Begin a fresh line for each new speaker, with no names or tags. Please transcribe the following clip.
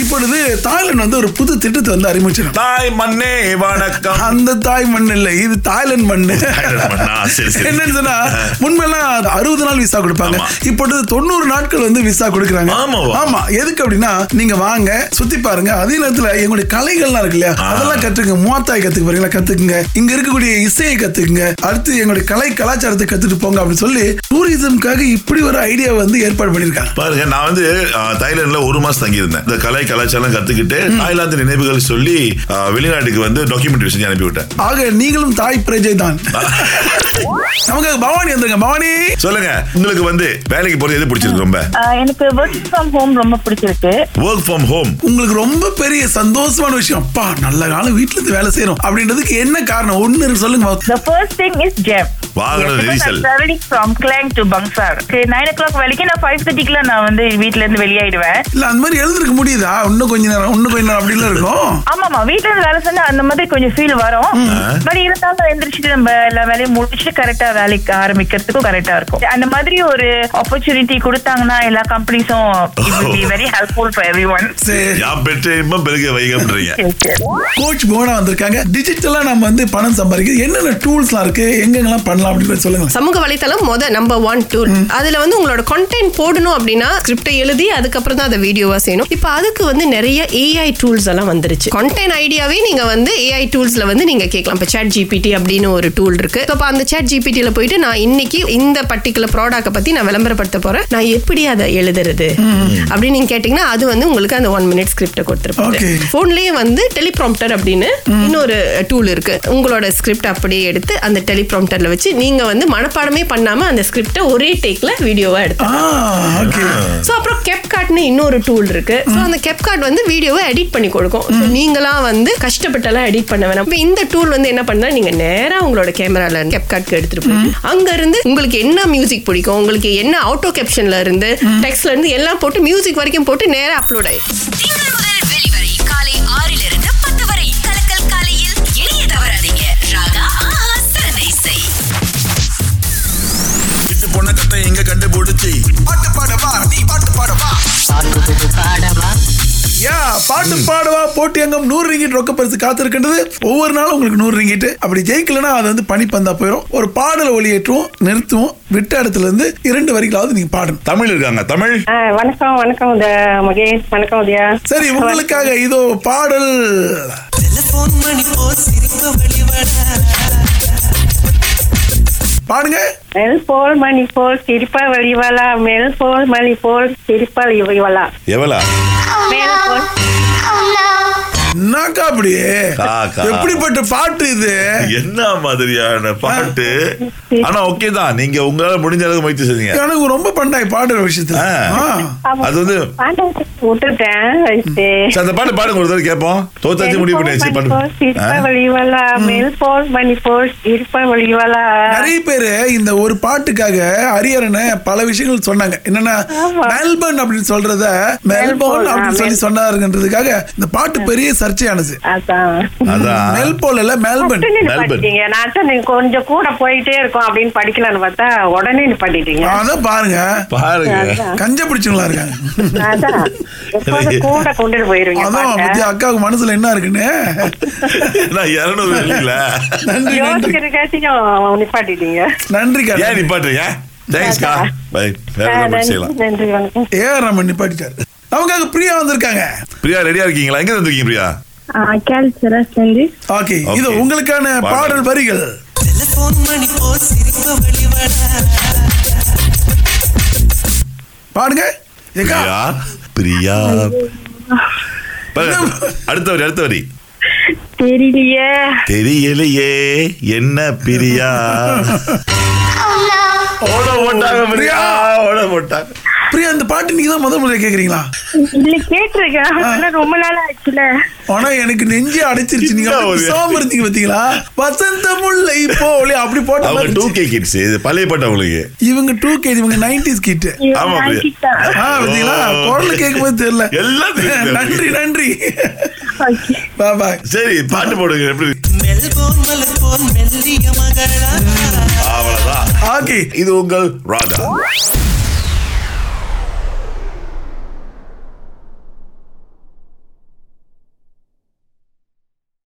இப்பொழுது தாய்லாந்து வந்து ஒரு புது திட்டத்தை வந்து அறிமுகம்
தாய் மண்ணே வணக்கம்
அந்த தாய் மண் இல்ல இது தாய்லாந்து மண்ணு
தாய்லாந்து மண்ணா? சரி, சரி.
என்னன்னு சொன்னா முன்பெல்லாம் அறுபது நாள் விசா கொடுப்பாங்க
ஆமா.
இப்பொழுது தொண்ணூறு நாட்கள் வந்து விசா கொடுக்குறாங்க
ஆமாவா?
ஆமா எதுக்கு அப்படின்னா நீங்க வாங்க சுத்தி பாருங்க அதே நேரத்துல எங்களுடைய கலைகள்லாம் இருக்கு இல்லையா அதெல்லாம் கத்துக்குங்க மூத்தாய் கத்துக்க போறீங்களா கத்துக்குங்க இங்க இருக்கக்கூடிய இசையை கத்துக்குங்க அடுத்து எங்களுடைய கலை கலாச்சாரத்தை கத்துட்டு போங்க அப்படின்னு சொல்லி டூரிசம்காக இப்படி ஒரு ஐடியா வந்து ஏற்பாடு பண்ணிருக்காங்க
பாருங்க நான் வந்து அஹ், தாய்லாந்துல ஒரு மாசம் தங்கி இருந்தேன் இந்த கலை கலாச்சாரம் கத்துக்கிட்டு தாய்லாந்து நினைவுகள் சொல்லி அஹ், வெளிநாட்டுக்கு வந்து டாக்குமெண்ட்ரி செஞ்சு அனுப்பி விட்டேன்
ஆக நீங்களும் தாய் பிரஜை தான் நமக்கு பவானி வந்துருங்க பவானி
சொல்லுங்க உங்களுக்கு வந்து வேலைக்கு போறது எது பிடிச்சிருக்கு ரொம்ப
ஆஹ் எனக்கு ஒர்க் ஃப்ரம் ஹோம் ரொம்ப பிடிச்சிருக்கு
ஒர்க் ஃப்ரம் ஹோம்
உங்களுக்கு ரொம்ப பெரிய சந்தோஷமான விஷயம் அப்பா நல்ல காலம் வீட்டுல இருந்து வேலை செய்யறோம் அப்படின்றதுக்கு என்ன காரணம் ஒண்ணு இருக்கு, சொல்லுங்க பாப்போம்.
The first thing is Jeff.
வாகன
Yes, because
நெரிசல்.
I'm traveling from Klang to Bangsar. Okay, nine o'clock வரைக்கும் நான் five thirty-க்குலாம் நான் வந்து வீட்ல இருந்து வெளியாயிடுவேன்.
இல்ல அந்த மாதிரி எழுந்திருக்க முடியுதா இன்னும் கொஞ்ச நேரம் இன்னும் கொஞ்ச நேரம் அப்படிலாம் இருக்கும்
ஆமாமா, வீட்ல இருந்து வேலை செஞ்சா அந்த மாதிரி கொஞ்சம் feel வரும். But இருந்தாலும் எந்திரிச்சிட்டு நம்ம எல்லா வேலையும் முடிச்சிட்டு correct ஆ வேலைக்கு ஆரம்பிக்கிறதுக்கும் correct ஆ இருக்கும். அந்த மாதிரி ஒரு opportunity கொடுத்தாங்கன்னா எல்லா companies um it will be very helpful for everyone.
சரி
யா பெற்ற இன்பம் பெருக வைகன்றீங்க
Yes, yes.
கோச் போனா வந்திருக்காங்க டிஜிட்டலா நம்ம வந்து பணம் சம்பாதிக்க என்னென்ன டூல்ஸ்லாம் இருக்கு எங்கெங்கெல்லாம் பண்ணலாம் அப்படின்னு சொல்லுங்க
சமூக வலைத்தளம் முத நம்பர் ஒன் டூல் அதுல வந்து உங்களோட கண்டென்ட் போடணும் அப்படின்னா ஸ்கிரிப்டை எழுதி அதுக்கப்புறம் தான் அதை வீடியோவா செய்யணும் இப்போ அதுக்கு வந்து நிறைய ஏஐ டூல்ஸ் எல்லாம் வந்துருச்சு கண்டென்ட் ஐடியாவே நீங்க வந்து ஏஐ டூல்ஸ்ல வந்து நீங்க கேட்கலாம் இப்போ சேட் ஜிபிடி அப்படின்னு ஒரு டூல் இருக்கு அப்போ அந்த சேட் ஜிபிடியில போயிட்டு நான் இன்னைக்கு இந்த பர்டிகுலர் ப்ராடக்ட்டை பத்தி நான் விளம்பரப்படுத்த போறேன் நான் எப்படி அதை எழுதுறது அப்படின்னு நீங்க கேட்டீங்கன்னா அது வந்து உங்களுக்கு அந்த ஒன் மினிட் ஸ்கிரிப்டை
Okay.
கொடுத்துருப்பாங்க ஃபோன்லயே வந்து டெலிப்ராம்ப்டர் அப்படின்னு இன்னொரு டூல் இருக்கு உங்களோட ஸ்கிரிப்ட் அப்படியே எடுத்து அந்த டெலிப்ராம்ப்டர்ல வச்சு நீங்க வந்து மனப்பாடமே பண்ணாம அந்த ஸ்கிரிப்டை ஒரே டேக்ல வீடியோவா எடுத்து
ஆ ஓகே
ஸோ அப்புறம் கெப் கார்ட்னு இன்னொரு டூல் இருக்கு ஸோ அந்த கெப் கார்ட் வந்து வீடியோவை எடிட் பண்ணி கொடுக்கும் So நீங்களாம் வந்து கஷ்டப்பட்டெல்லாம் எடிட் பண்ண வேணாம் இப்போ இந்த டூல் வந்து என்ன பண்ணா நீங்க நேரா உங்களோட கேமரால கெப் கார்ட்க்கு எடுத்துட்டு போய் அங்க இருந்து உங்களுக்கு என்ன மியூசிக் பிடிக்கும் உங்களுக்கு என்ன ஆட்டோ கேப்ஷன்ல இருந்து டெக்ஸ்ட்ல இருந்து எல்லாம் போட்டு மியூசிக் வரைக்கும் போட்டு நேரா அப்லோட் ஆயிடும்
திங்கள் முதல் வெளிவரை காலை ஆறிலிருந்து பத்து வரை கலக்கல் காலையில் இணைய தவறாதீங்க ராகா ஆஹா சிறந்த இசை
விட்டு போன கத்தை எங்க கண்டுபிடிச்சி பாட்டு பாடவா நீ பாட்டு பாடவா
யா பாட்டு பாடுவா போட்டி அங்கம் நூறு ரிங்கிட் ரொக்க பரிசு காத்திருக்கின்றது ஒவ்வொரு நாளும் உங்களுக்கு நூறு ரிங்கிட் அப்படி ஜெயிக்கலனா அது வந்து பனிப்பந்தா போயிடும் ஒரு பாடலை ஒளியேற்றுவோம் நிறுத்துவோம் விட்ட இடத்துல இருந்து இரண்டு வரிகளாவது நீங்க பாடணும்
தமிழ் இருக்காங்க தமிழ்
ஆ, வணக்கம் வணக்கம் உதயா மகேஷ் வணக்கம் உதயா
சரி உங்களுக்காக இதோ பாடல்
டெலிபோன் மணி போ சிரிக்க வழிவட
பாடுங்க
மெல் போல் மணி போல் சிரிப்பா வழிவலா மெல் போல் மணி போல் சிரிப்பா வழிவலா
எவ்வளா
மேல் போல்
என்னக்கா அப்படியே
கா, கா.
எப்படிப்பட்ட பாட்டு இது
என்ன மாதிரியான பாட்டு ஆனா ஓகே தான் நீங்க உங்களால முடிஞ்ச அளவுக்கு முயற்சி செஞ்சீங்க
எனக்கு ரொம்ப பண்ணாய் பாடுற விஷயத்துல
ஆ.
ஆ.
அது வந்து
பாட்டை விட்டுட்டேன் இது.
சரி, அந்த பாட்டு பாடுங்க ஒரு தடவை கேட்போம் தோத்தாச்சு
மெல்
முடிவு
போல்
பண்ணியாச்சு
மணி போல்
பாட்டு
சிரிப்பா
ஆ.
வழிவலா மெல் போல் மணி போல் சிரிப்பா வழிவலா
நிறைய பேரு இந்த ஒரு பாட்டுக்காக ஹரியரனை பல விஷயங்கள் சொன்னாங்க என்னன்னா
ஆமா.
மெல்பர்ன் அப்படின்னு சொல்றத மெல்போர்ன்
மெல்போர்ன்,
அப்படின்னு
ஆ,
சொல்லி சொன்னாருன்றதுக்காக இந்த பாட்டு பெரிய சர்ச்சையானது
அதான்
அதான்
மெல்போல் இல்ல மெல்பர்ன்
உடனே
மெல்பர்ன்.
நிப்பாட்டிட்டீங்க. நான் தான் நீங்க கொஞ்சம் கூட போயிட்டே இருக்கோம் அப்படின்னு படிக்கலாம்னு பார்த்தா உடனே நிப்பாட்டிட்டீங்க
அதான் பாருங்க
பாருங்க
கஞ்ச பிடிச்சவங்களா இருக்காங்க
அதான் எப்போதும் கூட கொண்டுட்டு போயிருவீங்க
அதான்
பாட்டை.
பத்தி அக்காவுக்கு மனசுல என்ன இருக்குன்னு
நான் இரநூறு இல்லைங்களா
நன்றி நன்றி
யோசிக்கிறதுக்காச்சும் நிப்பாட்டிட்டீங்க
நன்றிக்கா
ஏன் நிப்பாட்டுறீங்க தேங்க்ஸ்க்கா பை வேற
Ah,
என்ன
நன்றி
செய்யலாம்
நன்றி வணக்கம்
ஏ ஆர் ரமன் நிப்பாட்டிட்டாரு நமக்காக பிரியா வந்திருக்காங்க
பிரியா ரெடியா இருக்கீங்களா எங்க இருக்கீங்க பிரியா
ஓகே
Okay.
இது உங்களுக்கான
பாடல்.
பாடல் வரிகள்
டெலிபோன் மணி போ சிரிக்க வழிவட
பாடுங்க ஏக்கா
பிரியா பிரியா பாருங்க, அடுத்த வரி அடுத்த வரி
தெரியலையே
தெரியலையே என்ன பிரியா ஓட போட்டாங்க பிரியா ஓட போட்டாங்க
பிரியா இந்த பாட்டு நீங்க தான் முதல் முறை கேக்குறீங்களா
இல்ல கேட்டிருக்கேன் ஆனா ரொம்ப நாள் ஆச்சுல
ஆனா எனக்கு நெஞ்சு அடைச்சிருச்சு நீங்க
என்ன ஒரு-
சோம இருந்தீங்க பாத்தீங்களா வசந்த முல்லை போலே அப்படி போட்ட
அவங்க
மாதிரி
டூ
இருந்துச்சு.
கே கிட்ஸ் இது பழைய பாட்டு அவங்களுக்கு
இவங்க டூ கே இவங்க நைன்டிஸ் கிட்
ஆமா பிரியா
ஆ பாத்தீங்களா
ஓ.
குரல் கேட்கும்போது தெரியல
எல்லாம் தெரியுது.
நன்றி நன்றி பாய் பாய்
சரி பாட்டு போடுங்க எப்படி
மெல்போன் மலர்போன் மெல்லிய மகளா
அவ்வளவுதான்
ஓகே
இது உங்கள் ராதா